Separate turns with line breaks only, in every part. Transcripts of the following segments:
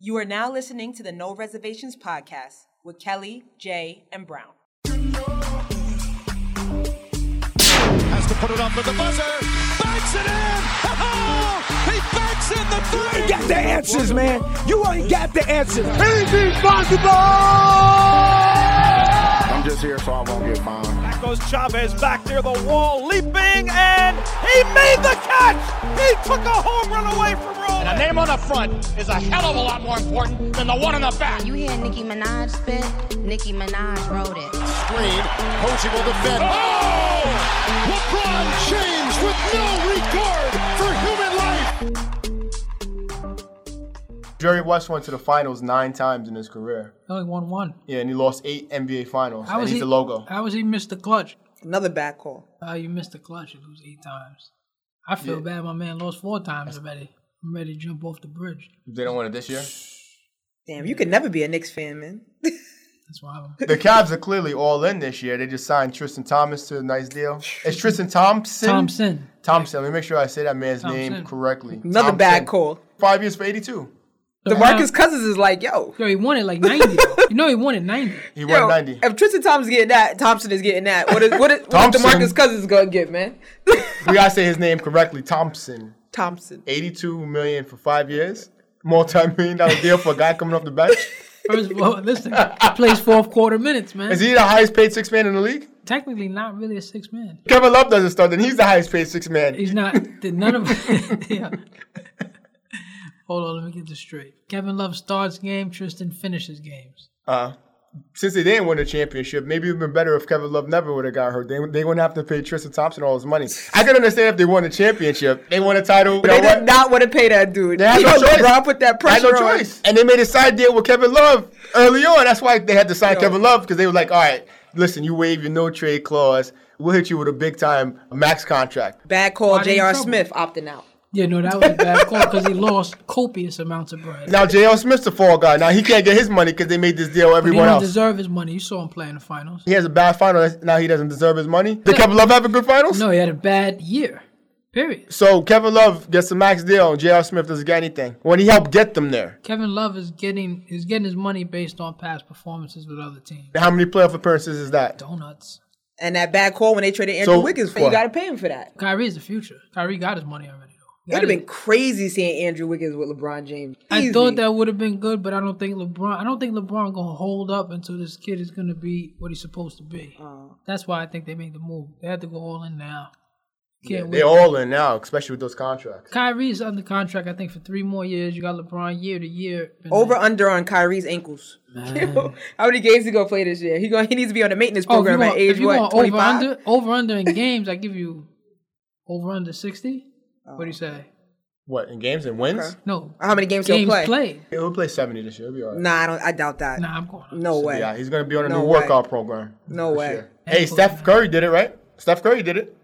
You are now listening to the No Reservations podcast with Kelly, Jay, and Brown.
Has to put it up with the buzzer. Banks it in. Oh, he banks in the
You ain't
three.
got the answers, man. You ain't got the answers. Anything
I'm just here so I won't get fined.
Goes Chavez back near the wall, leaping, and he made the catch! He took a home run away from
The
Roland.
name on the front is a hell of a lot more important than the one on the back.
You hear Nicki Minaj spit? Nicki Minaj wrote it.
Green. Posey will defend. Oh! LeBron James with no regard for human life.
Jerry West went to the finals nine times in his career.
Only won one.
Yeah, and he lost eight NBA finals.
How
and
was
he's
he
the logo.
How was he missed the clutch?
Another bad call.
How you missed the clutch? You lose eight times. I feel bad. My man lost four times already. I'm ready to jump off the bridge.
They don't win it this year.
Damn, you
Mm-hmm.
could never be a Knicks fan, man.
That's why. I'm,
The Cavs are clearly all in this year. They just signed Tristan Thomas to a nice deal. It's Tristan Thompson.
Thompson.
Thompson. Let me make sure I say that man's
Thompson.
name correctly.
Another bad
Thompson. Uh-huh.
call.
Five years for 82.
The Marcus Cousins is like, yo,
Yo, he wanted like 90. though. you know he wanted 90.
He
yo,
won 90.
if Tristan Thompson getting that, Thompson is getting that. What is what is, what is
Thompson.
the Marcus Cousins gonna get, man?
We gotta say his name correctly. Thompson.
Thompson.
82 million for five years. Multi-million dollar deal for a guy coming off the bench.
First of all, listen, he plays fourth quarter minutes, man.
Is he the highest paid six man in the league?
Technically not really a six man.
Kevin Love doesn't start, then he's the highest paid six man.
He's not. the- None of. yeah. Hold on, let me get this straight. Kevin Love starts game. Tristan finishes games.
uh, since they didn't win the championship, maybe it would have been better if Kevin Love never would have got hurt. They, they wouldn't have to pay Tristan Thompson all his money. I can understand if they won the championship. They won a title. You know
They
what?
did not want to pay that dude.
They had no
Yo,
choice.
LeBron put that
They had
pressure
no
on.
choice. And they made a side deal with Kevin Love early on. That's why they had to sign
Yo.
Kevin Love because they were like, all right, listen, you waive your no trade clause. We'll hit you with a big time max contract.
Bad call.
Why they in
J.R.
trouble?
Smith opting out.
Yeah, no, that was a bad call because he lost copious amounts of bread.
Now J.L. Smith's the fall guy. Now he can't get his money because they made this deal with
He
everyone
don't
else.
deserve his money. You saw him play in the finals.
he has a bad final. That's- Now he doesn't deserve his money. Did Kevin Love have a good finals?
No, he had a bad year. Period.
So Kevin Love gets a max deal, and J.R. Smith doesn't get anything. When he helped get them there,
Kevin Love is getting is getting his money based on past performances with other teams.
how many playoff appearances is that?
Donuts.
And that bad call when they traded Andrew
So,
Wiggins for.
what?
You gotta pay him for that.
Kyrie is the future. Kyrie got his money already. though.
It would have been crazy seeing Andrew Wiggins with LeBron James.
I
Easy.
thought that would have been good, but I don't think LeBron. I don't think LeBron gonna hold up until this kid is gonna be what he's supposed to be.
Uh.
That's why I think they made the move. They had to go all in now. Can't wait.
They're all in now, especially with those contracts.
Kyrie's under contract, I think, for three more years. You got LeBron year to year. And
Over under on Kyrie's ankles. How many games he gonna play this year? He going he needs to be on the maintenance
Oh, if you
program at
want-
age
if you
what
want
twenty
over
five.
under over under in games, I give you over under sixty. What do you say?
What in games and wins?
No.
Oh. How many games he'll
games
play?
played?
Yeah, he'll play seventy this year. It'll be all right.
Nah, I don't. I doubt that.
Nah, I'm going. under.
No way.
Yeah, he's gonna be on a
No
new
way.
workout program.
No
this
way.
year. Hey, Steph Curry did it, right? Steph Curry did it.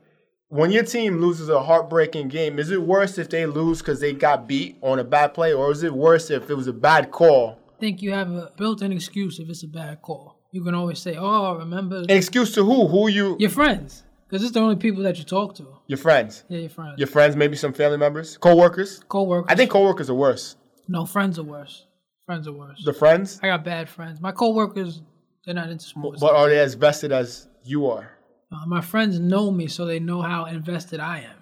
When your team loses a heartbreaking game, is it worse if they lose because they got beat on a bad play, or is it worse if it was a bad call?
I think you have a built-in excuse if it's a bad call. You can always say, "Oh, remember
An excuse to who? Who you?
your friends," because it's the only people that you talk to.
Your friends.
Yeah, your friends.
Your friends, maybe some family members, co-workers.
coworkers.
I think coworkers are worse.
no friends are worse. Friends are worse.
The friends,
I got bad friends. My coworkers, they're not into sports.
but are they as vested as you are?
Uh, my friends know me, so they know how invested I am.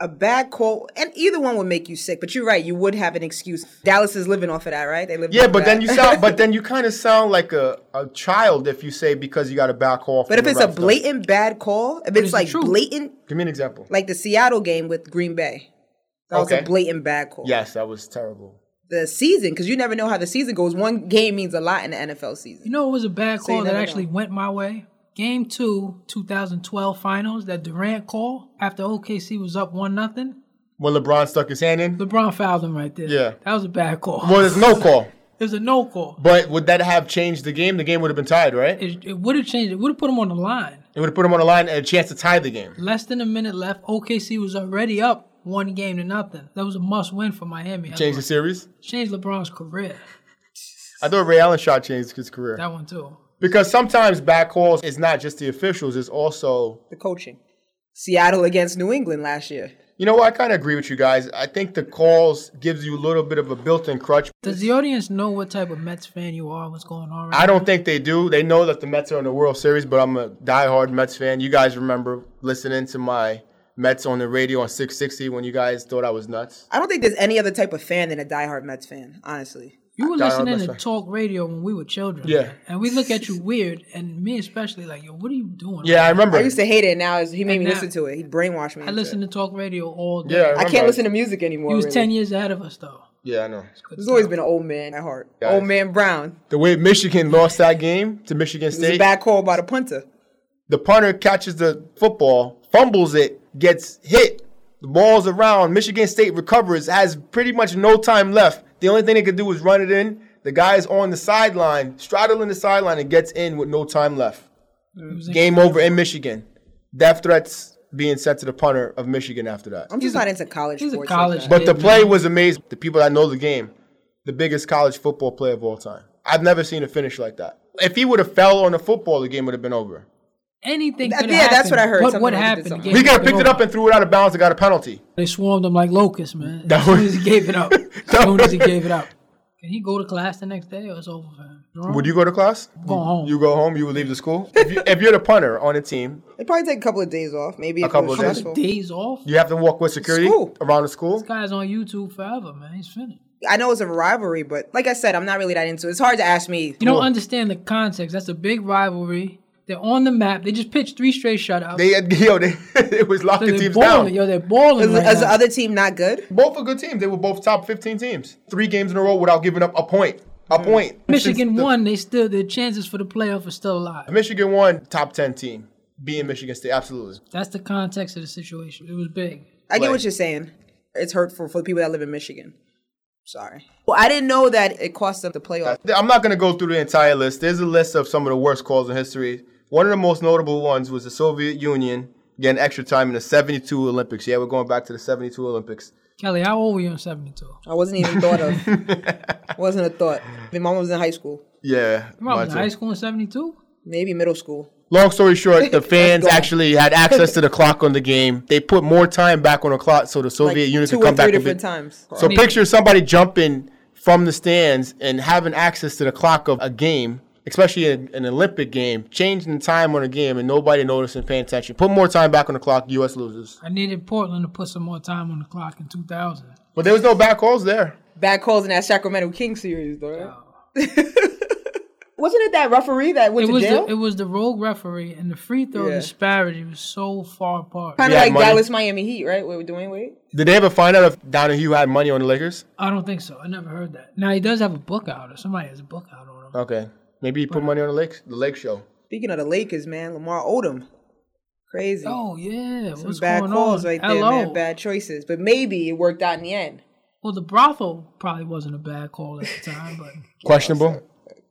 A bad call, and either one would make you sick. But you're right. You would have an excuse. Dallas is living off of that, right? They live.
Yeah,
off of
but then
that.
you sound, but then you kind of sound like a, a child if you say because you got to back off.
But if
from
it's
the
a
ref, though.
blatant bad call, if
it's
it's
the
like
truth.
blatant,
give me an example.
like the Seattle game with Green Bay, that was
Okay.
a blatant bad call.
Yes, that was terrible.
The season, because you never know how the season goes. One game means a lot in the NFL season.
You know, it was a bad
you
call that
never
actually
know.
went my way. Game two, 2012 finals, that Durant call after OKC was up one nothing.
When LeBron stuck his hand in,
LeBron fouled him right there.
Yeah.
that was a bad call.
well, there's no call.
It was a no call.
But would that have changed the game? The game would have been tied, right? It
It, it would have changed. It would have put him on the line.
would have put him on the line and a chance to tie the game.
Less than a minute left. OKC was already up one game to nothing. That was a must win for Miami. I
Change the
thought.
series.
changed LeBron's career.
I thought Ray Allen shot changed his career
That one too.
because sometimes back calls is not just the officials; it's also
The coaching. Seattle against New England last year.
You know what? I kind of agree with you guys. I think the calls gives you a little bit of a built-in crutch.
Does the audience know what type of Mets fan you are? What's going on? Right
I don't think they do. They know that the Mets are in the World Series, but I'm a diehard Mets fan. You guys remember listening to my Mets on the radio on 660 when you guys thought I was nuts?
I don't think there's any other type of fan than a diehard Mets fan, honestly.
You were
I don't
listening to
understand.
talk radio when we were children.
Yeah.
And we look at you weird, and me especially, like, yo, what are you doing?
Yeah, I remember.
I used to hate it. Now it's- he made me
now-
listen to it. He brainwashed me.
I
into
listened
it.
to talk radio all day.
yeah, I,
I
remember.
can't listen to music anymore.
He was
really.
10 years ahead of us, though.
Yeah, I know.
He's always been an old man at heart.
Guys.
Old man Brown.
The way Michigan lost that game to Michigan
It was a
State,
bad call by the punter.
the punter catches the football, fumbles it, gets hit, the ball's around. Michigan State recovers, has pretty much no time left. The only thing they could do is run it in. The guy's on the sideline, straddling the sideline, and gets in with no time left. Game over in Michigan. Death threats being sent to the punter of Michigan after that.
I'm just not into college
he's a
sports.
college
Like that.
But the
Yeah,
play was amazing. The people that know the game, the biggest college football player of all time. I've never seen a finish like that. If he would have fell on the football, the game would have been over.
Anything
Th-
could
yeah,
have
that's what I heard.
What,
Something
what
like he did
happened?
something.
The game
He could have
was
picked it up
over.
and threw it out of bounds and got a penalty.
They swarmed him like locusts, man.
That
As soon
was-
as he gave it up. As
That
soon as he
was-
gave it up. Can he go to class the next day or it's over for him? Jerome,
Would you go to class?
go home?
You go home, you would leave the school. If, you, if you're the punter on a team,
They probably take a couple of days off. Maybe
A
if it
couple
was
of days.
stressful.
days off?
you have to walk with security
School.
around the school.
This guy's on YouTube forever, man. He's finished.
I know it's a rivalry, but like I said, I'm not really that into it. It's hard to ask me.
You don't understand the context. That's a big rivalry. They're on the map. They just pitched three straight shutouts.
They, yo, they, it was
So
locking
they're
teams
balling.
down.
Yo, they're balling.
Is,
Right
is the
now.
other team not good?
Both are good teams. They were both top 15 teams. Three games in a row without giving up a point. A point.
Michigan
Since the-
won. They still their chances for the playoff are still alive.
Michigan won, top 10 team. Being Michigan State, absolutely.
That's the context of the situation. It was big.
I get
Like-
what you're saying. It's hurtful for the people that live in Michigan. Sorry. Well, I didn't know that it cost them the playoff.
I'm not going to go through the entire list. There's a list of some of the worst calls in history. One of the most notable ones was the Soviet Union getting extra time in the 72 Olympics. Yeah, we're going back to the 72 Olympics.
Kelly, how old were you in '72?
I wasn't even thought of. wasn't a thought. My mom was in high school,
Yeah.
I was
mine
in
too.
high school in '72.
maybe middle school.
Long story short, the fans
Go on.
actually had access to the clock on the game. They put more time back on the clock so the Soviet
Like
Union
two
could
or
come back.
three
a
different
bit.
times.
So picture somebody jumping from the stands and having access to the clock of a game, especially an, an Olympic game, changing the time on a game and nobody noticing, paying attention. Put more time back on the clock, U.S. loses.
I needed Portland to put some more time on the clock in 2000.
But there was no back calls there.
Bad calls in that Sacramento King series, though. right? wasn't it that referee that went
It
to
was
jail?
the, it was the rogue referee and the free throw
Yeah.
disparity was so far apart.
kind
Yeah,
of like
money.
Dallas Miami Heat, right? Where Dwayne Wade.
Did they ever find out if Donahue had money on the Lakers?
I don't think so. I never heard that. Now he does have a book out, or somebody has a book out on him.
Okay. Maybe he put money on the Lake, the Lake Show.
Speaking of the Lakers, man, Lamar Odom, crazy.
Oh yeah,
Some
what's
bad
going
calls
on?
right there,
Hello.
man. Bad choices, but maybe it worked out in the end.
Well, the brothel probably wasn't a bad call at the time, but
Questionable.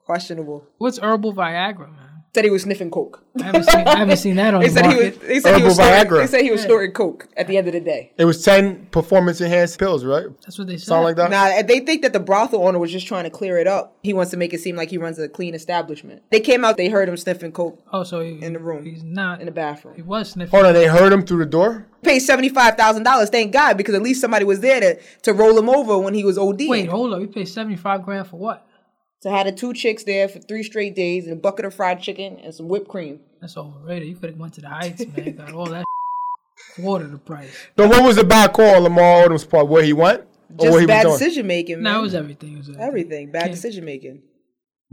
Questionable.
what's herbal Viagra, man?
Said he was sniffing coke.
I haven't seen, I haven't seen that on
They
the
said he
market.
was. They said he was.
Herbal
Snorting,
Viagra.
they said he was snorting coke at the end of the day.
It was 10 performance enhanced pills, right?
That's what they said.
Sound like that?
Now they think that the brothel owner was just trying to clear it up. He wants to make it seem like he runs a clean establishment. They came out. They heard him sniffing coke
Oh, so he,
in the room.
He's not
in the
He
bathroom.
was sniffing.
Hold on, they heard him through the door?
Paid seventy five thousand dollars. Thank God, because at least somebody was there to, to roll him over when he was OD.
Wait, hold up. We paid seventy five grand for what?
So had the two chicks there for three straight days and a bucket of fried chicken and some whipped cream.
That's overrated. You could have went to the heights, man. Got all that quarter the price.
So what was the bad call on Lamar Odom's part? Where he went? Or where
Just
Oh, he
bad
was doing?
decision making.
Now
man.
it was everything. It was everything.
everything. Bad
Yeah.
decision making.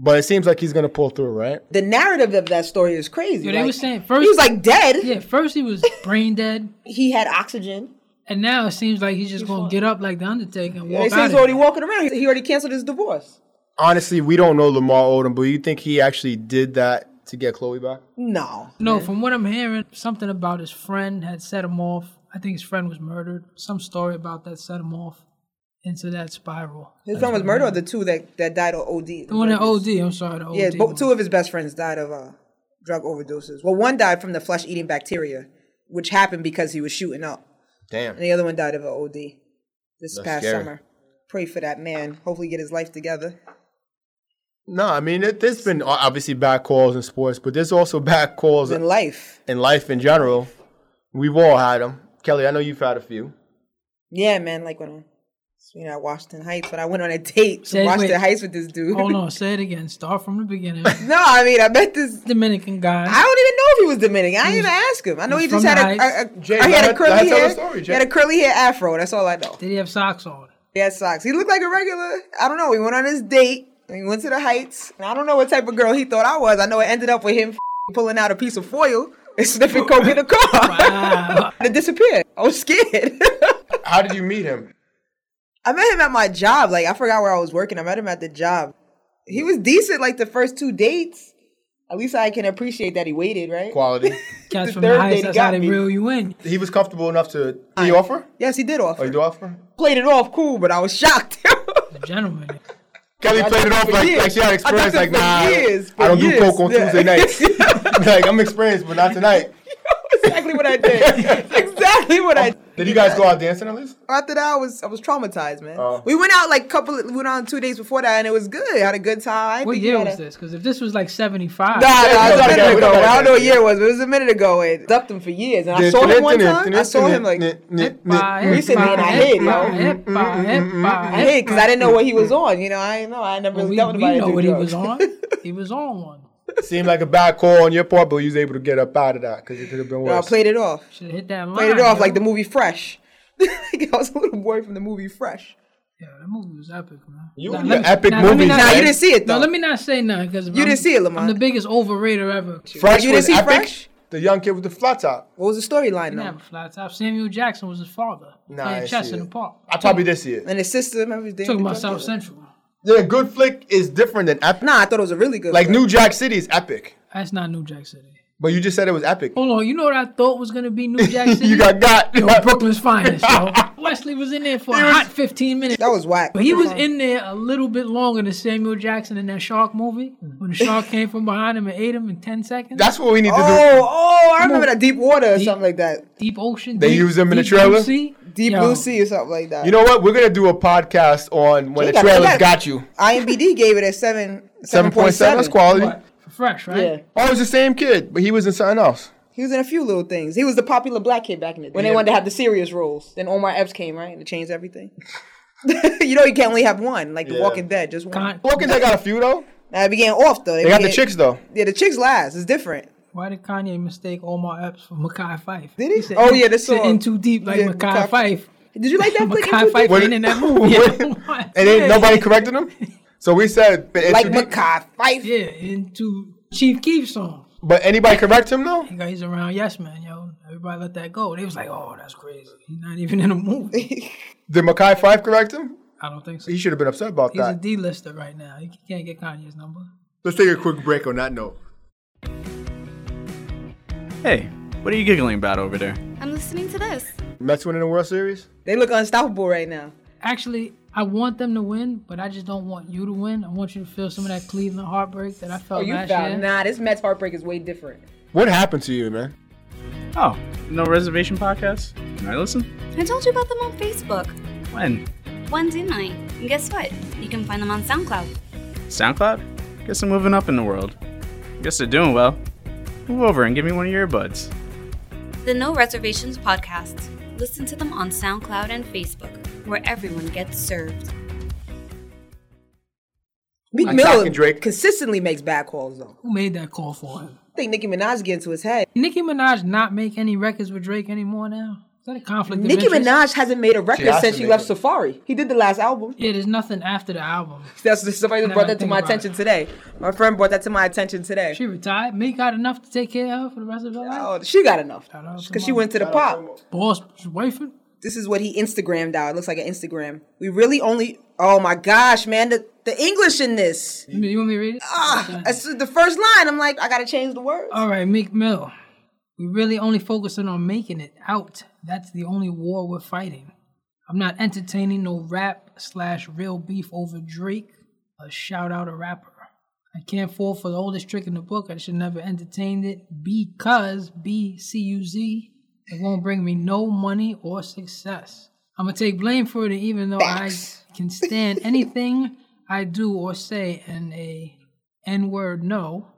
But it seems like he's going to pull through, right?
The narrative of that story is crazy.
Yo, they
like,
were saying first
he was like dead.
yeah, first he was brain dead,
He had oxygen.
and now it seems like he's just gonna get up like the Undertaker and walk
They say
out.
he's
of
already
there.
walking around. He already canceled his divorce.
Honestly, we don't know Lamar Odom, but you think he actually did that to get Chloe back?
No.
No, from what I'm hearing, something about his friend had set him off. I think his friend was murdered. Some story about that set him off into that spiral.
His friend was murdered or the two that, that died of OD.
The one at OD, I'm sorry, the OD.
Yeah, bo-
one.
two of his best friends died of uh, drug overdoses. Well, one died from the flesh eating bacteria, which happened because he was shooting up.
Damn.
And the other one died of an OD this past
scary.
summer. Pray for that man. Hopefully, get his life together.
No, I mean, it, there's been o- obviously bad calls in sports, but there's also bad calls
In life,
in life in general. We've all had them. Kelly, I know you've had a few.
Yeah, man. Like when I, you know, I Washington Heights, when I went on a date to
Say,
Washington
wait.
Heights with this dude.
Hold on, say it again. Start from the beginning.
No, I mean, I met this.
Dominican guy.
I don't even know if he was Dominican. I didn't even ask him. I know he
He's
just
from
had
the
a, a,
Heights.
a-
Jay,
he
let
had
her-
a curly
let her tell
hair.
the story,
he
Jay.
had a curly hair afro. That's all I know.
Did he have socks on?
He had socks. He looked like a regular. I don't know. We went on his date. and We went to the Heights. And I don't know what type of girl he thought I was. I know it ended up with him f***ing pulling out a piece of foil and sniffing coke in the car.
Wow.
and it disappeared. I was scared.
How did you meet him?
I met him at my job. Like I forgot where I was working. I met him at the job. He was decent like the first two dates. At least I can appreciate that he waited, right?
Quality.
Cats
third
from the
date he
Heights. That's how
got
they
me.
reel you in.
he was comfortable enough to. He offer?
Yes, he did
Oh,
offer.
you do offer?
Played it off cool, but I was shocked.
Gentlemen.
Kelly played it off
for
like,
years.
like she had
I
experience.
did
Like,
for
nah,
years, for
I don't do
years.
coke on
Yeah.
Tuesday nights. like, I'm experienced, but not tonight.
exactly what I did. exactly what I did.
Did you guys go out dancing at least?
After that, I was I was traumatized, man.
Oh.
we went out like couple. We went out two days before that, and it was good. had a good time. I
What
think
year
we had
was
a-
this? Because if this was like 75.
Nah, nah, it was
Yeah,
a minute
we
ago.
don't
I don't know what
know.
year it was, but it was a minute ago. It dumped him for years, and I saw him one time. I saw him like recently, and I hate, yo. I hate because I didn't know what he was on. You know, I ain't know. I never really
We,
dealt
we
with anybody
know
that
what
do
he
drugs.
was on. He was on one.
Seemed like a bad call on your part, but you was able to get up out of that because it could have been
I
worse.
played it off.
Should have hit that line.
Played it off
yo.
like the movie Fresh. Like, I was a little boy from the movie Fresh.
Yeah, that movie was epic, man.
You
Nah,
and
let
your
me-
epic
nah, let me
movies,
not-
Now
man.
you didn't see it though.
No, let me not say nothing because you
didn't see it, Lamont.
I'm the biggest overrater ever.
Fresh
You didn't
was
see
epic.
Fresh?
The young kid with the flat top.
What was the storyline
Didn't
though?
have a flat top. Samuel Jackson was his father.
Nah, I
playing
didn't
chess
see
in
it.
the park.
I probably did see it.
And his sister, remember? his
Talking
dad-
about South Central.
Yeah, good flick is different than epic.
Nah, I thought it was a really good.
Like
film.
New Jack City is epic,
That's not New Jack City.
but you just said it was epic.
Hold on, you know what I thought was gonna be New Jack City?
you got got.
Yo, Brooklyn's finest, yo. Wesley was in there for a hot 15 minutes.
that was whack.
But he was in there a little bit longer than Samuel Jackson in that shark movie when the shark came from behind him and ate him in 10 seconds.
Mm. That's what we need to do.
Oh, oh, I remember that Deep Water or something like that.
deep ocean.
They
deep,
use him in the
Deep
trailer?
Blue Sea.
Deep
Yo,
Blue Sea or something like that.
You know what? We're gonna do a podcast on
They
when the
got- they
trailers
got-
got you.
IMBD gave it a seven
Seven
seven
point seven. That's quality.
What? Fresh, right?
Yeah.
Oh, it was the same kid, but he was in something else.
He was in a few little things. He was the popular black kid back in the day. When they wanted to have the serious roles. Then Omar Epps came, right? And it changed everything. you know, you can only have one, like The
Yeah.
Walking Dead, just one.
Con-
Walking Dead got a few though.
now, it began off, though.
They got the chicks though.
Yeah, the chicks last. It's different.
Why did Kanye mistake Omar Epps for Makai Fife?
Did he?
said,
Oh, yeah, the
said
song.
in too deep like
Yeah,
Makai
Mekhi-
Fife.
Did you like that flick?
Makai Fife
What-
ain't in that movie.
what-
What?
And
Yeah.
then nobody corrected him. So we said, but,
Like
it's-
Makai Fife.
Yeah, into Chief Keef song.
but anybody correct him though?
He got he's around Yes Man, yo. Everybody let that go. They was like, oh, that's crazy. He's not even in a movie.
Did Makai Five correct him?
I don't think so.
He should have been upset about
He's a
that.
D-lister right now. He can't get Kanye's number.
Let's take a quick break on that note.
Hey, what are you giggling about over there?
I'm listening to this.
Mets winning the World Series.
They look unstoppable right now.
Actually, I want them to win, but I just don't want you to win. I want you to feel some of that Cleveland heartbreak that I felt
Oh, you
last year.
found. Nah, this Mets heartbreak is way different.
What happened to you, man?
Oh, no reservation podcast? Can I listen?
I told you about them on Facebook.
When?
One, didn't I? And guess what? You can find them on SoundCloud.
SoundCloud? Guess I'm moving up in the world. Guess they're doing well. Move over and give me one of your earbuds.
The No Reservations Podcast. Listen to them on SoundCloud and Facebook, where everyone gets served.
Meek
I'm
Mill
talking, Drake.
consistently makes bad calls, though.
Who made that call for him?
I think Nicki Minaj get into his head.
Nicki Minaj not make any records with Drake anymore now? Is that a conflict
Nicki
of
Minaj
interest?
hasn't made a record
has
since
to
she
make
left
one.
Safari. He did the last album.
Yeah, there's nothing after the album.
That's somebody
Now
brought
I
that to
think
my
about
attention today. My friend brought that to my attention today.
She retired. Me got enough to take care of for the rest of her life.
Oh, she got enough
out to
because she
Mama.
went to the pop.
Boss, she wifing.
This is what he Instagrammed out. It looks like an Instagram. We really only. Oh my gosh, man, the, the English in this.
You you want me to read it?
Ah, that's the first line. I'm like, I gotta change the words.
All right, Meek Mill. We really only focusing on making it out. That's the only war we're fighting. I'm not entertaining no rap slash real beef over Drake. A shout out a rapper. I can't fall for the oldest trick in the book. I should never entertained it because B C U Z. It won't bring me no money or success. I'm gonna take blame for it, even though
Facts.
I can stand anything I do or say in a N word no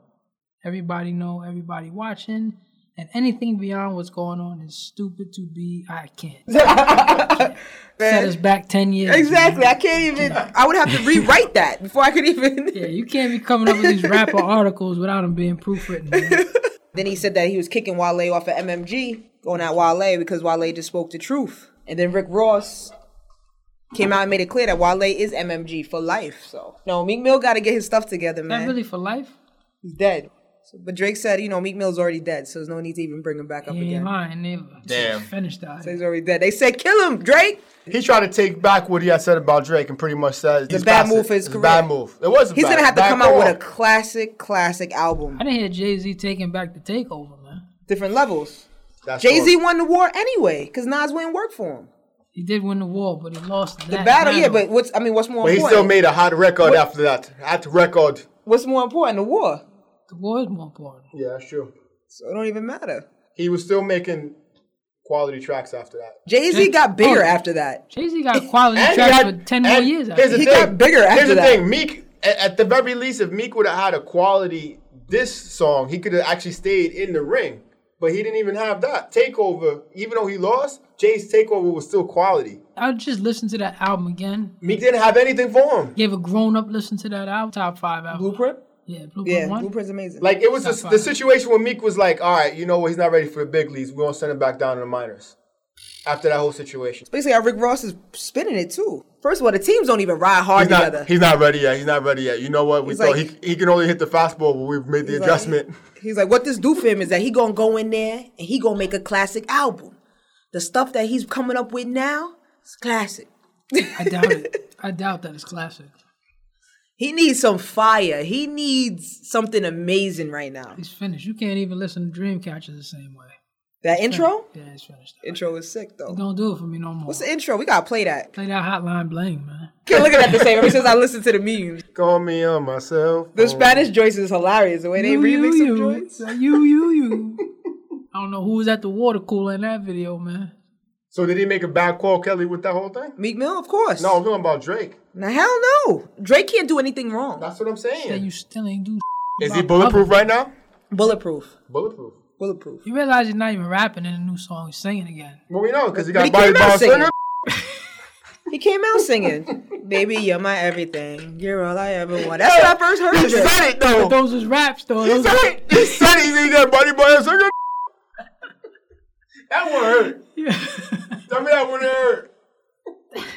everybody know, everybody watching. And anything beyond what's going on is stupid to be. I can't.
I
can't. Set us back ten years.
Exactly. Man. I can't even. I would have to rewrite that before I could even.
yeah, you can't be coming up with these rapper articles without them being proofwritten. Man.
Then he said that he was kicking Wale off of MMG, going at Wale because Wale just spoke the truth. And then Rick Ross came out and made it clear that Wale is MMG for life. So no, Meek Mill got to get his stuff together, man.
Not really for life.
He's dead. So, but Drake said, you know, Meek Mill's already dead, so there's no need to even bring him back up
he
again.
Ain't lying, neither.
Damn.
Finished that.
So he's already dead. They said, kill him, Drake.
He tried to take back what he had said about Drake and pretty much said
The bad move for his
it's
career.
a bad move. It was. a
He's
bad,
gonna have to
bad
come out with
call.
a classic, classic album.
I didn't hear Jay Z taking back the takeover, man.
Different levels.
That's
Jay Z
all.
won the war anyway, because Nas wouldn't work for him.
He did win the war, but he lost
The battle, yeah, but what's I mean, what's more
But he
important?
still made a hot record after that. Hot record.
what's more important, the war?
the war is more important.
Yeah, that's true.
So it don't even matter.
He was still making quality tracks after that.
Jay Z
Jay-
got bigger
oh.
after that.
Jay Z got quality
And he
tracks
had-
for ten more
and
years.
Here's
After.
the
He
thing.
got bigger after
here's the
that.
thing. Meek, at, at the very least, if Meek would have had a quality this song, he could have actually stayed in the ring. But he didn't even have that takeover. Even though he lost, Jay's takeover was still quality.
I just listened to that album again.
Meek didn't have anything for him.
Gave a grown up listen to that album. Top five album.
Blueprint?
Yeah, Blueprint
Yeah,
one.
Blueprint's amazing.
Like it was
That's
the,
fine.
the situation where Meek was like, "All right, you know what? He's not ready for the big leagues. We're gonna send him back down to the minors." After that whole situation,
basically how Rick Ross is spinning it too. First of all, the teams don't even ride hard
he's not,
together.
he's not ready yet. He's not ready yet. You know what? We
He's
thought
like-
he, he can only hit the fastball, but we've made the
He's like-
adjustment.
he's like, what this do for him is that he gonna go in there and he gonna make a classic album. The stuff that he's coming up with now is classic.
I doubt it. I doubt that it's classic.
He needs some fire. He needs something amazing right now.
He's finished. You can't even listen to Dreamcatcher the same way.
That intro?
Yeah, it's finished.
Intro is sick though.
Don't do it for me no more.
What's the intro? We gotta play that.
Play that Hotline Bling, man.
Can't look at that the same ever since I listened to the memes.
Call me on myself.
The Spanish joints is hilarious. The way they remix some joints.
Oh. you, you, you, you. I don't know who was at the water cooler in that video, man.
So did he make a bad call, Kelly, with that whole thing?
Meek Mill, of course.
No, I'm talking about Drake.
Now, hell no. Drake can't do anything wrong.
That's what I'm
That
saying.
you still ain't do.
Is he bulletproof right now?
Bulletproof.
Bulletproof.
Bulletproof.
You realize he's not even rapping in a new song. He's singing again.
Well, we know because he
But
got
he
body
came
by
out
a singer.
singing. He came out singing, "Baby, you're my everything. You're all I ever want." That's when I first heard
He
Drake.
said it though.
But those was raps, though.
He
Those
said it. He said it. He got body by a singer. That one hurt. Tell me that one hurt.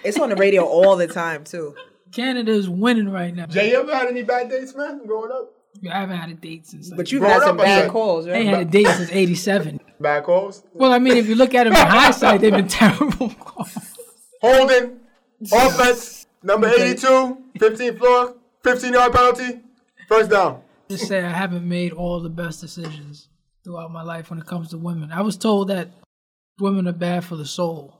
It's on the radio all the time too.
Canada is winning right now.
Jay, you ever had any bad dates, man, growing up?
You haven't had a date since. Like,
But you've
Growing
had some
up, I
bad
said-
calls,
they
right?
ain't had a date since '87.
Bad calls?
Well, I mean, if you look at them in hindsight, they've been terrible. calls.
Holding. Offense. Number 82. 15th floor. 15 yard penalty. First down.
Just say I haven't made all the best decisions throughout my life when it comes to women. I was told that women are bad for the soul.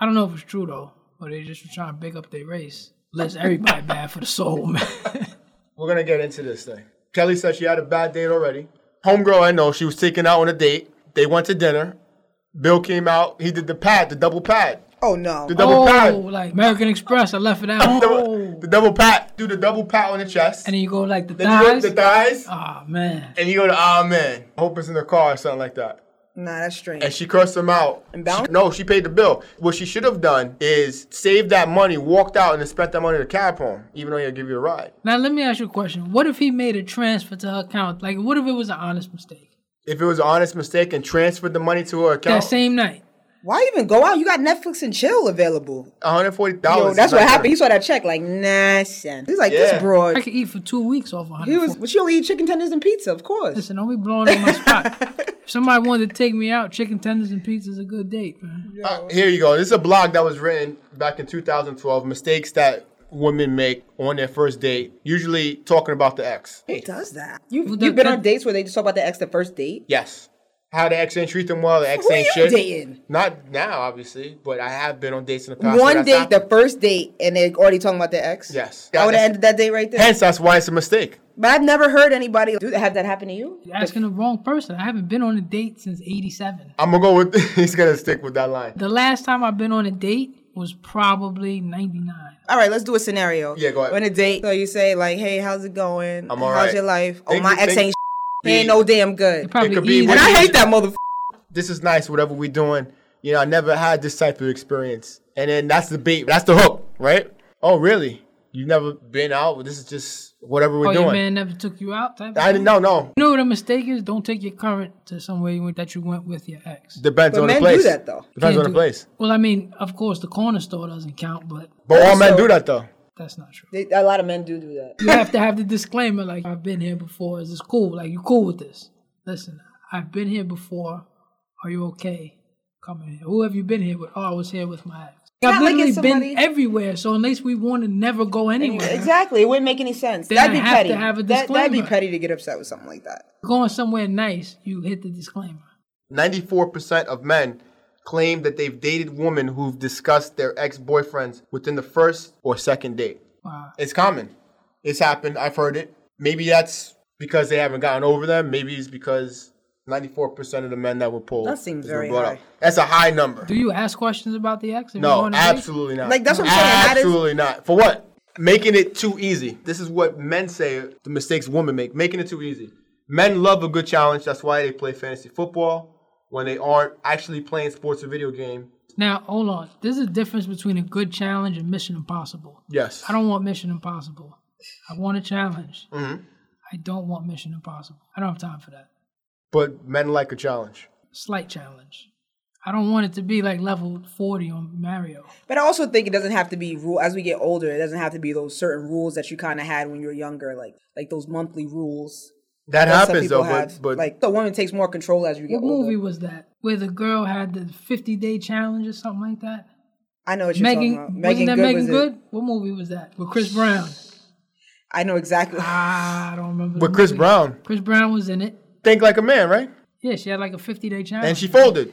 I don't know if it's true though, or they just were trying to big up their race. Unless everybody bad for the soul, man.
We're gonna get into this thing. Kelly said she had a bad date already. Homegirl, I know, she was taken out on a date. They went to dinner. Bill came out. He did the pad, the double pad,
Oh no.
the double
oh,
pad,
like American Express, I left it
the
out.
double,
Oh.
the double pat. Do the double pat on the chest.
And then you go like the
then you go
thighs.
to the thighs,
Ah man.
and you go to ah man. Hope it's in the car or something like that.
Nah, that's strange.
And she cursed him out.
And bounced?
She- no, she paid the bill. What she should have done is saved that money, walked out, and then spent that money to cab home, even though he'll give you a ride.
Now let me ask you a question. What if he made a transfer to her account? Like what if it was an honest mistake?
If it was an honest mistake and transferred the money to her
That
account,
same night.
Why even go out? You got Netflix and chill available.
one hundred forty
Yo,
dollars.
that's what happened. He saw that check like nah, son. He's like
Yeah.
this broad.
I could eat for two weeks off of
He was, but she only eat chicken tenders and pizza, of course.
Listen, don't be blowing on my spot. if somebody wanted to take me out, chicken tenders and pizza is a good date, man.
Uh, here you go. This is a blog that was written back in 2012. Mistakes that women make on their first date, usually talking about the ex.
Who does that? You've,
Who
you've
does-
been on dates where they just talk about the ex the first date?
Yes. How the ex ain't treat them well. The ex
Who
ain't
you
shit.
dating?
Not now, obviously, but I have been on dates in the past. where
One
that's
date, the
happened.
first date, and they're already talking about their ex?
Yes.
I would have ended that date right there.
Hence, that's why it's a mistake.
But I've never heard anybody do that. Have that happen to you?
You're asking the wrong person. I haven't been on a date since 87.
I'm gonna go with. he's gonna stick with that line.
The last time I've been on a date was probably 99.
All right, let's do a scenario.
Yeah, go ahead.
On a date, so you say like, "Hey, how's it going?
I'm
How's
alright.
your life? Oh,
Think-
my ex
think-
ain't He ain't no damn good.
It could be
and
what
I
it
hate
is.
that motherfucker.
This is nice, whatever we're doing. You know, I never had this type of experience. And then that's the bait. That's the hook, right? Oh, really? You've never been out? This is just whatever we're
oh, your
doing.
man never took you out. Type of
I didn't
thing?
know, no.
You know what a mistake is? Don't take your current to somewhere you went that you went with your ex.
Depends
But
on the
men
place.
do that, though.
Depends
Can't
on the
do-
place.
Well, I mean, of course, the corner store doesn't count, but
But all men do that, though.
That's not true.
They, a lot of men do do that.
You have to have the disclaimer, like I've been here before. Is this cool? Like you cool with this? Listen, I've been here before. Are you okay? Coming here. Who have you been here with? Oh, I was here with my ex.
It's not
I've
like
literally
it's somebody-
been everywhere. So unless we want to never go anywhere,
Exactly. It wouldn't make any sense.
Then
that'd
I
be
have
petty.
to have a
that, that'd be
disclaimer.
petty to get upset with something like that.
going somewhere nice, you hit the disclaimer.
94% of men claim that they've dated women who've discussed their ex-boyfriends within the first or second date.
Wow.
It's common. It's happened. I've heard it. Maybe that's because they haven't gotten over them. Maybe it's because 94% of the men that were polled.
That seems
as we
very
brought
high.
up. That's a high number.
Do you ask questions about the ex? if you're
No,
going on dates?
absolutely not.
That is-
Absolutely not. For what? Making it too easy. This is what men say the mistakes women make. Making it too easy. Men love a good challenge. That's why they play fantasy football when they aren't actually playing sports or video game.
Now, hold on. There's a difference between a good challenge and Mission Impossible.
Yes.
I don't want Mission Impossible. I want a challenge.
Mhm.
I don't want Mission Impossible. I don't have time for that.
But men like a challenge.
Slight challenge. I don't want it to be like level 40 on Mario.
But I also think it doesn't have to be rule. As we get older, it doesn't have to be those certain rules that you kind of had when you were younger, like like those monthly rules.
That
some
happens,
people
though, but- but-
like the woman takes more control as you get
What
older.
movie was that? Where the girl had the 50 day challenge or something like that?
I know what you're
Megan,
talking about.
wasn't that Megan
was it.
Good? What movie was that? With Chris Brown.
I know exactly.
Ah, I don't remember.
With Chris Brown.
Chris Brown was in it.
Think like a man, right?
Yeah, she had like a 50 day challenge.
And she folded.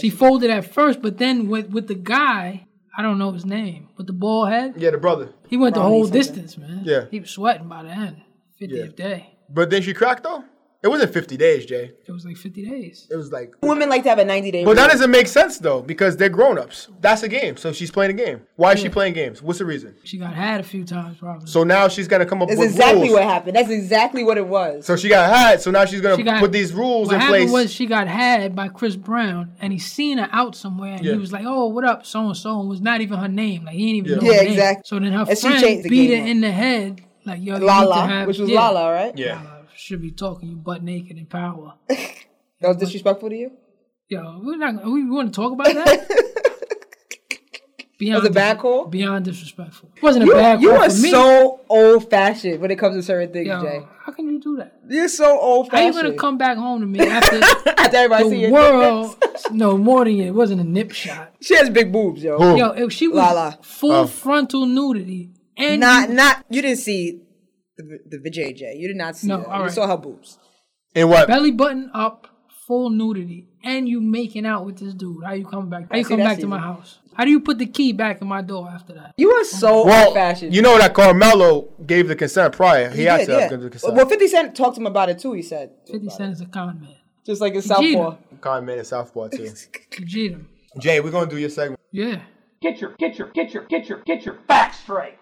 She folded at first, but then with with the guy, I don't know his name, with the bald head,
Yeah, the brother.
he went the whole distance, man.
Yeah.
He was sweating by the end, 50th day.
But then she cracked, though? It wasn't 50 days, Jay.
It was like 50 days.
It was like.
Women like to have a 90 day.
But that doesn't make sense, though, because they're grown ups. That's a game. So she's playing a game. Why is she
Hmm.
playing games? What's the reason?
She got had a few times, probably.
So now she's gonna come up
That's
with
exactly
rules.
what happened. That's exactly what it was.
So she got hired. So now she's gonna
She got-
put these rules
what
in
happened
place.
was she got had by Chris Brown, and he seen her out somewhere, and
Yeah.
he was like, "Oh, what up, so and so?" And was not even her name. Like he ain't even
Yeah.
know
Yeah,
her name.
exactly.
So then her
And she
friend
changed the
beat
game
her
up.
in the head, like yo, you need
Lala,
to have,
which was
yeah,
Lala, right?
yeah.
should be talking you butt naked in power.
That was disrespectful to you.
Yo, we're not. We want to talk about that. Beyond
Was it bad
call? Beyond disrespectful. It wasn't a
you,
bad
You
call
are
for me.
so old fashioned when it comes to certain things,
Yo,
Jay.
How can you do that?
You're so old
How you
fashioned.
gonna come back home to me after
After everybody see
the
your
world? No, more than it. it wasn't a nip shot.
She has big boobs, yo.
Who?
Yo, if she was
Lala.
full
Oh.
frontal nudity and
not
you-
not you didn't see the the vajayjay. You did not see
No,
that.
all
You
right.
saw her boobs.
And what?
belly button up, full nudity, and you making out with this dude, how you come back? How you
See,
come
that's
back to my
easy.
house? How do you put the key back in my door after that?
You are so old
Well,
fashioned.
you know that Carmelo gave the consent prior. He, had to have given the consent.
Well, Fifty Cent talked to him about it too. He said,
Fifty Cent is a con man.
just like in
Gina.
Southpaw.
Con man at Southpaw too.
You cheat him.
Jay, we're gonna do your segment.
Yeah.
Get your, get your, get your, get your, get your facts straight.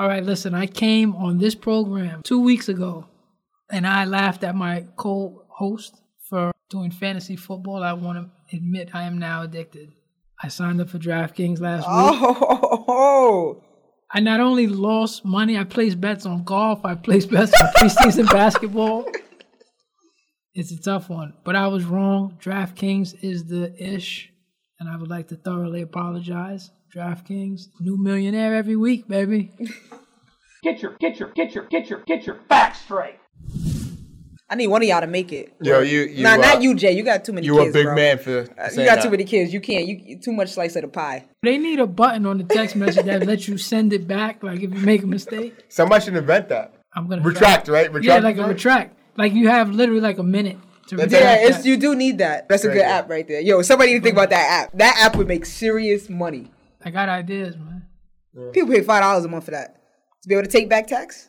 All right, listen, I came on this program two weeks ago and I laughed at my co host for doing fantasy football. I want to admit I am now addicted. I signed up for DraftKings last week.
Oh,
I not only lost money, I placed bets on golf, I placed bets on preseason basketball. It's a tough one, but I was wrong. DraftKings is the ish, and I would like to thoroughly apologize. DraftKings, new millionaire every week, baby.
Get your, get your, get your, get your, get your facts straight.
I need one of y'all to make it.
Yo, you, you
nah,
uh,
not you, Jay. You got too many.
You a
kids,
big
bro.
man for
Uh, You
saying
got
that.
too many kids. You can't. You you- too much slice of the pie.
They need a button on the text message that lets you send it back, like if you make a mistake.
Somebody should invent that.
I'm gonna
retract, right? Retract.
yeah, like a retract. Like you have literally like a minute to retract.
yeah, it's
that.
you do need that. That's a
Great,
good
yeah.
app right there. Yo, somebody need to think about that app. That app would make serious money.
I got ideas, man.
People pay five dollars a month for that to be able to take back tax.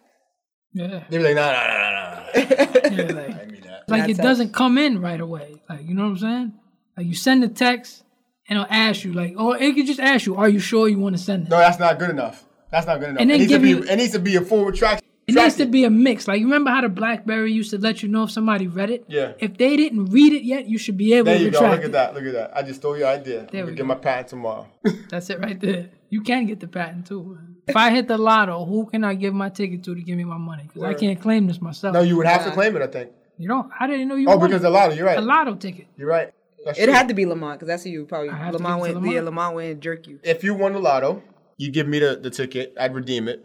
Yeah.
They be like, nah, nah, nah, nah, nah.
Like
Not
it
text.
doesn't come in right away. Like you know what I'm saying? Like you send the text and it'll ask you, like, or it could just ask you, are you sure you want to send it?
No, that's not good enough. That's not good enough.
And then
it, needs to
give
be,
you-
it needs to be a full retraction.
It needs to be a mix. Like, you remember how the BlackBerry used to let you know if somebody read it?
Yeah.
If they didn't read it yet, you should be able
There
to
you go.
retract
Look at that. Look at that. I just stole your idea.
There
I'm
we
gonna get my patent tomorrow.
it. That's it right there. You can get the patent too. man. If I hit the lotto, who can I give my ticket to to give me my money? Because I
Word.
can't claim this myself.
No, you would have to claim it. I think.
You don't. I didn't know you.
Oh,
won
because
it.
the lotto. You're right.
A lotto ticket.
You're right. That's
It
true.
had to be Lamont because that's who you probably
have to
Lamont
give it
went.
to
Yeah,
Lamont.
Lamont went and jerk you.
If you won the lotto, you give me the, the ticket. I'd redeem it.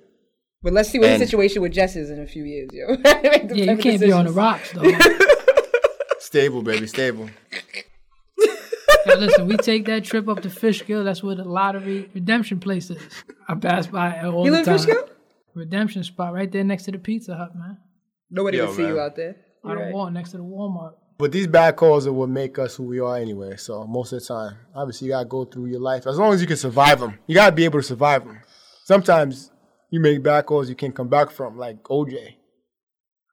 But let's see what
And-
the situation with Jess is in a few years, yo.
Yeah, you can't be on the rocks though.
Stable, baby, stable.
Now, listen, we take that trip up to Fishkill. That's where the lottery redemption place is. I pass by it all
You
the
live in
time.
Fishkill?
Redemption spot right there next to the Pizza Hut, man.
Nobody
Yo,
can see
man.
you out there.
On the wall next to the Walmart.
But these bad calls are what make us who we are anyway. So most of the time, obviously, you gotta go through your life as long as you can survive them. You gotta be able to survive them. Sometimes you make bad calls you can't come back from, like OJ.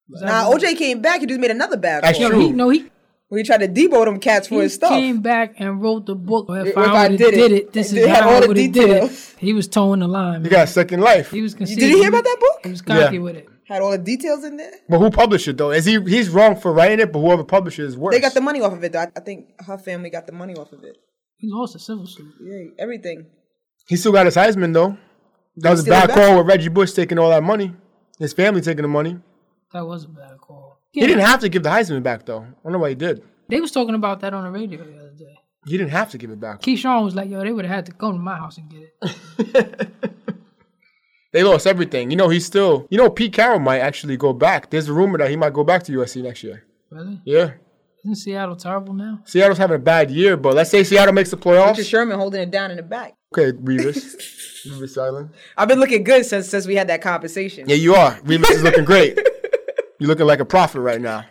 Nah, OJ came back. He just made another bad
That's
call.
Yo, he, no, he,
We tried to debo them cats for
he
his stuff.
came back and wrote the book. If,
If
I,
I
would've
did it,
did, it, this
they
is
had
how
all
I
the
would have did
details.
it. He was towing the line,
You
man.
got second life.
He was
Did
conceding.
you hear about that
He
book?
was cocky
Yeah.
with it.
Had all the details in there.
But who published it though? Is he? He's wrong for writing it, but whoever published it is worse.
They got the money off of it, though. I I think her family got the money off of it.
He lost a civil suit.
Yeah, everything.
He still got his Heisman though. That was a
Still
bad
back.
call with Reggie Bush taking all that money. His family taking the money.
That was a bad call.
He
Yeah,
didn't have to give the Heisman back though. I wonder why he did.
they was talking about that on the radio the other day.
He didn't have to give it back.
Keyshawn was like, "Yo, they would have had to come to my house and get it."
They lost everything. You know, he's still. You know, Pete Carroll might actually go back. There's a rumor that he might go back to USC next year.
Really?
Yeah.
Isn't Seattle terrible now?
Seattle's having a bad year, but let's say Seattle makes the
Richard
playoffs.
Sherman holding it down in the back.
Okay, Revis. Revis Island.
I've been looking good since since we had that conversation.
Yeah, you are. Revis is looking great. You're looking like a prophet right now.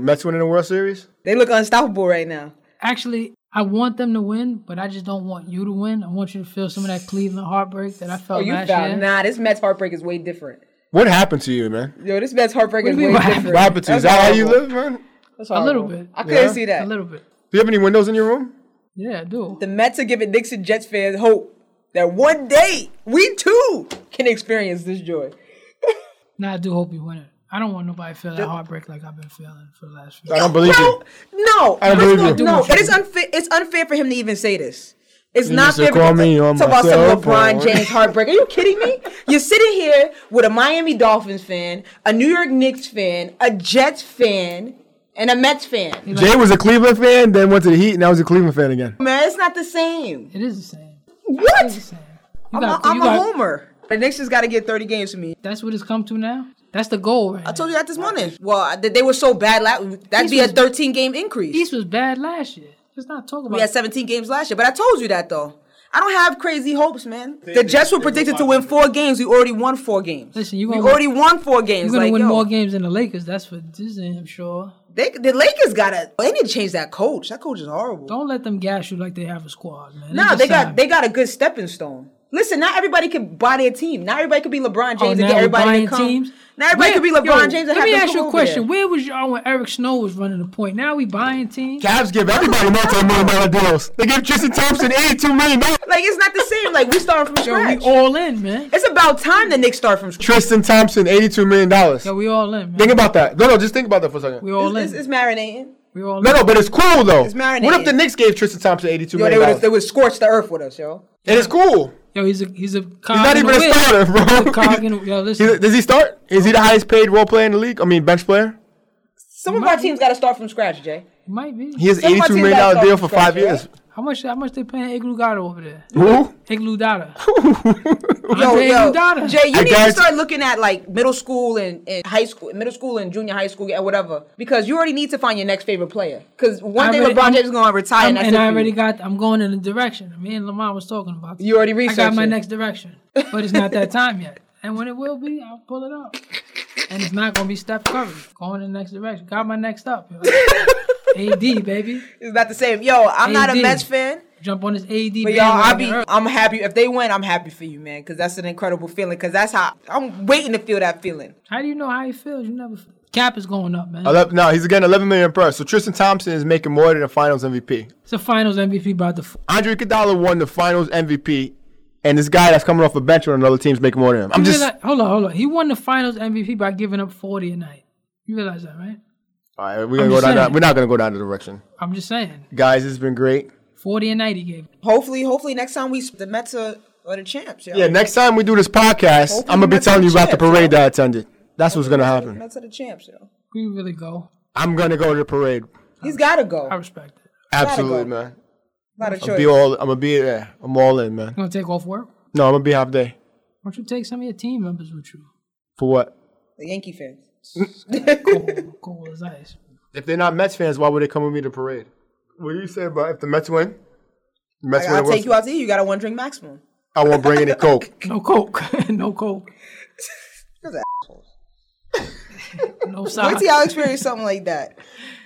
Mets winning the World Series?
They look unstoppable right now.
Actually, I want them to win, but I just don't want you to win. I want you to feel some of that Cleveland heartbreak that I
Oh,
felt
you
last year.
found nah. This Mets heartbreak is way different.
What happened to you, man?
Yo, this Mets heartbreak
What
is
do you
way
mean by-
different.
What happened to you? Is
That's
that how you
horrible.
live, man? Do
That's
A little
horrible.
bit.
I couldn't
Yeah.
see
A
that.
little bit.
you have any windows in your room?
Yeah, I do.
The Mets are giving Nixon Jets fans hope that one day we too can experience this joy.
Nah, I do hope you win it. I don't want nobody to feel that heartbreak like I've been feeling for the last few
I don't believe you.
No,
I don't
first of
believe
all,
you.
no, it is unfair. It's unfair for him to even say this. It's not
used to
fair.
call
because-
me on
talk about
my
some
cell
LeBron
phone.
James heartbreak. Are you kidding me? You're sitting here with a Miami Dolphins fan, a New York Knicks fan, a Jets fan, and a Mets fan.
Jay was a Cleveland fan, then went to the Heat, and now he's a Cleveland fan again.
Man, it's not the same.
It is the same. It's the
What?
same. You
I'm
gotta
a,
think-
I'm
you
a
gotta-
homer. The Knicks just got to get 30 games for me.
That's what it's come to now. That's the goal. Right
I told you that this morning. Well, I- they were so bad. la- That'd be a
was-
13 game increase.
East was bad last year. Let's not talk about.
We had 17 games last year, but I told you that though. I don't have crazy hopes, man. The Jets were predicted to win four games. We already won four games.
Listen, you
we
gonna
already won four games.
You're gonna
like,
win
yo,
more games than the Lakers. That's for Disney, I'm sure.
They, the Lakers gotta. They need to change that coach. That coach is horrible.
Don't let them gas you like they have a squad, man.
no, they got
decide.
they got a good stepping stone. Listen, not everybody can buy their team. Not everybody could be LeBron James
Oh,
and
now
get
we're
everybody
buying
to come. Not everybody could be
Where-
LeBron
yo,
James and
Let
have
me
them
ask
come
you a
over
question.
there.
Where was y'all when Eric Snow was running the point? Now we buying teams.
Cavs give everybody multi-million dollar deals. They give Tristan Thompson eighty-two million dollars.
Like it's not the same. Like we starting from
Yo, we
scratch.
all in, man.
it's about time the Knicks start from scratch.
Tristan Thompson, eighty-two million dollars.
Yo, we all in, man.
Think about that. No, no, just think about that for a second.
we all in.
It's, it's marinating.
we all
No,
in.
no, but it's cool though.
It's marinated.
what if the Knicks gave Tristan Thompson eighty-two
Yo,
million
they would
dollars?
they would scorch the earth with us, yo.
And it's cool.
Yo, he's a he's a cog
He's not
in
even
the
a
wheel.
starter,
He's a cog
bro.
in the- yo,
He's-
listen.
Does he start? Is he the highest-paid role player in the league? I mean, bench player.
Some of our teams got to start from scratch, Jay.
Might be.
He has
Some of our
eighty-two
teams
million
got
dollar
started
deal for
from
five
scratch,
years.
How much how much they paying Igloo Dada over there?
Who?
Igloo Dada.
Yo,
Andre
yo,
Iguodala.
Jay, you
I
need
guys-
to start looking at like middle school and, and high school, middle school and junior high school and whatever, because you already need to find your next favorite player. Because one
I
day
already-
LeBron
I'm-
James is gonna retire,
I'm-
and, that's
and
it
I
for
already
you.
got. I'm going in a direction. Me and Lamar was talking about. This.
You already
I got my
researched it.
next direction, but it's not that time yet. And when it will be, I'll pull it up. And it's not gonna be Steph Curry going in the next direction. Got my next up. yo. AD baby,
It's not the same. Yo, I'm not a
AD.
Mets fan,
jump on this AD.
but y'all, I be,
bandwagon early.
I'm happy if they win. I'm happy for you, man, because that's an incredible feeling. Because that's how I'm waiting to feel that feeling.
How do you know how he feels? You never. Cap is going up, man.
Eleven, no, he's again eleven million per. So Tristan Thompson is making more than a Finals MVP.
It's a Finals MVP by the.
Andre Iguodala won the Finals MVP, and this guy that's coming off a bench on another team's making more than him. I'm
You
just.
realize- hold on, hold on. He won the Finals MVP by giving up forty a night. You realize that, right?
All right, we're gonna
I'm
go down.
just saying.
That, we're not gonna go down the direction,
I'm just saying,
guys. It's been great.
forty a night he gave.
Hopefully, hopefully next time we the Mets are, are the champs. Yo.
Yeah, next time we do this podcast,
Hopefully
I'm gonna be
Mets
telling
are
you about the
champs,
parade that I attended. That's what's gonna happen.
Mets are the champs. Yo.
We really go.
I'm gonna go to the parade.
He's got to go.
I respect it.
Absolutely, man.
Not a
I'm gonna be
choice.
all. I'm gonna be there. I'm all in, man.
You gonna take off work?
No, I'm gonna be half day
Why don't you take some of your team members with you?
for what?
The Yankee fans.
cold, cold as ice.
If they're not Mets fans, why would they come with me to the parade? What do you say about if the Mets win? The Mets
Like, I'll
win.
take you out to eat. You got a one drink maximum.
I won't bring any coke.
No coke. no coke.
Those are
No
Wait
socks.
till y'all experience something like that.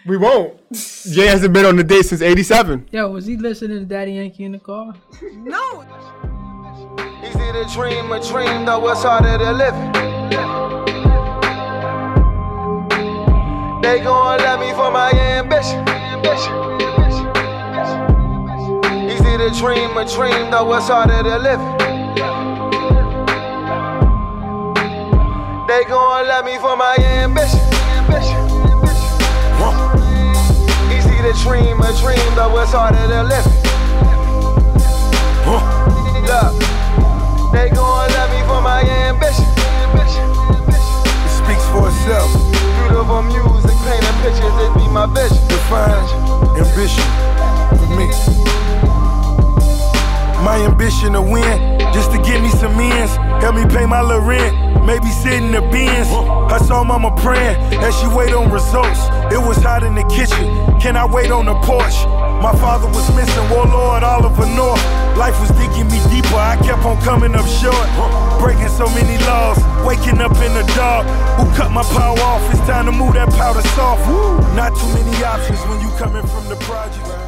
We won't. Jay hasn't been on the date since '87.
Yo, was he listening to Daddy Yankee in the car?
No.
Easy to dream a dream, though it's harder to live it. They gon' love me for my ambition. Easy to dream a dream, though it's harder to live it. They gon' love me for my ambition. Easy to dream a dream, though it's harder to live it. Look. They gon' love me for my ambition. It speaks for itself. Beautiful music, painting pictures, it be my vision. Defines ambition for me.
My ambition to win, just to give me some ends. Help me pay my little rent, maybe sit in the bins. I saw mama praying as she wait on results. It was hot in the kitchen, can I wait on the porch? My father was missing, warlord Oliver North. Life was digging me deeper, I kept on coming up short. Breaking so many laws, waking up in the dark. Who cut my power off? It's time to move that powder soft. Not too many options when you coming from the project.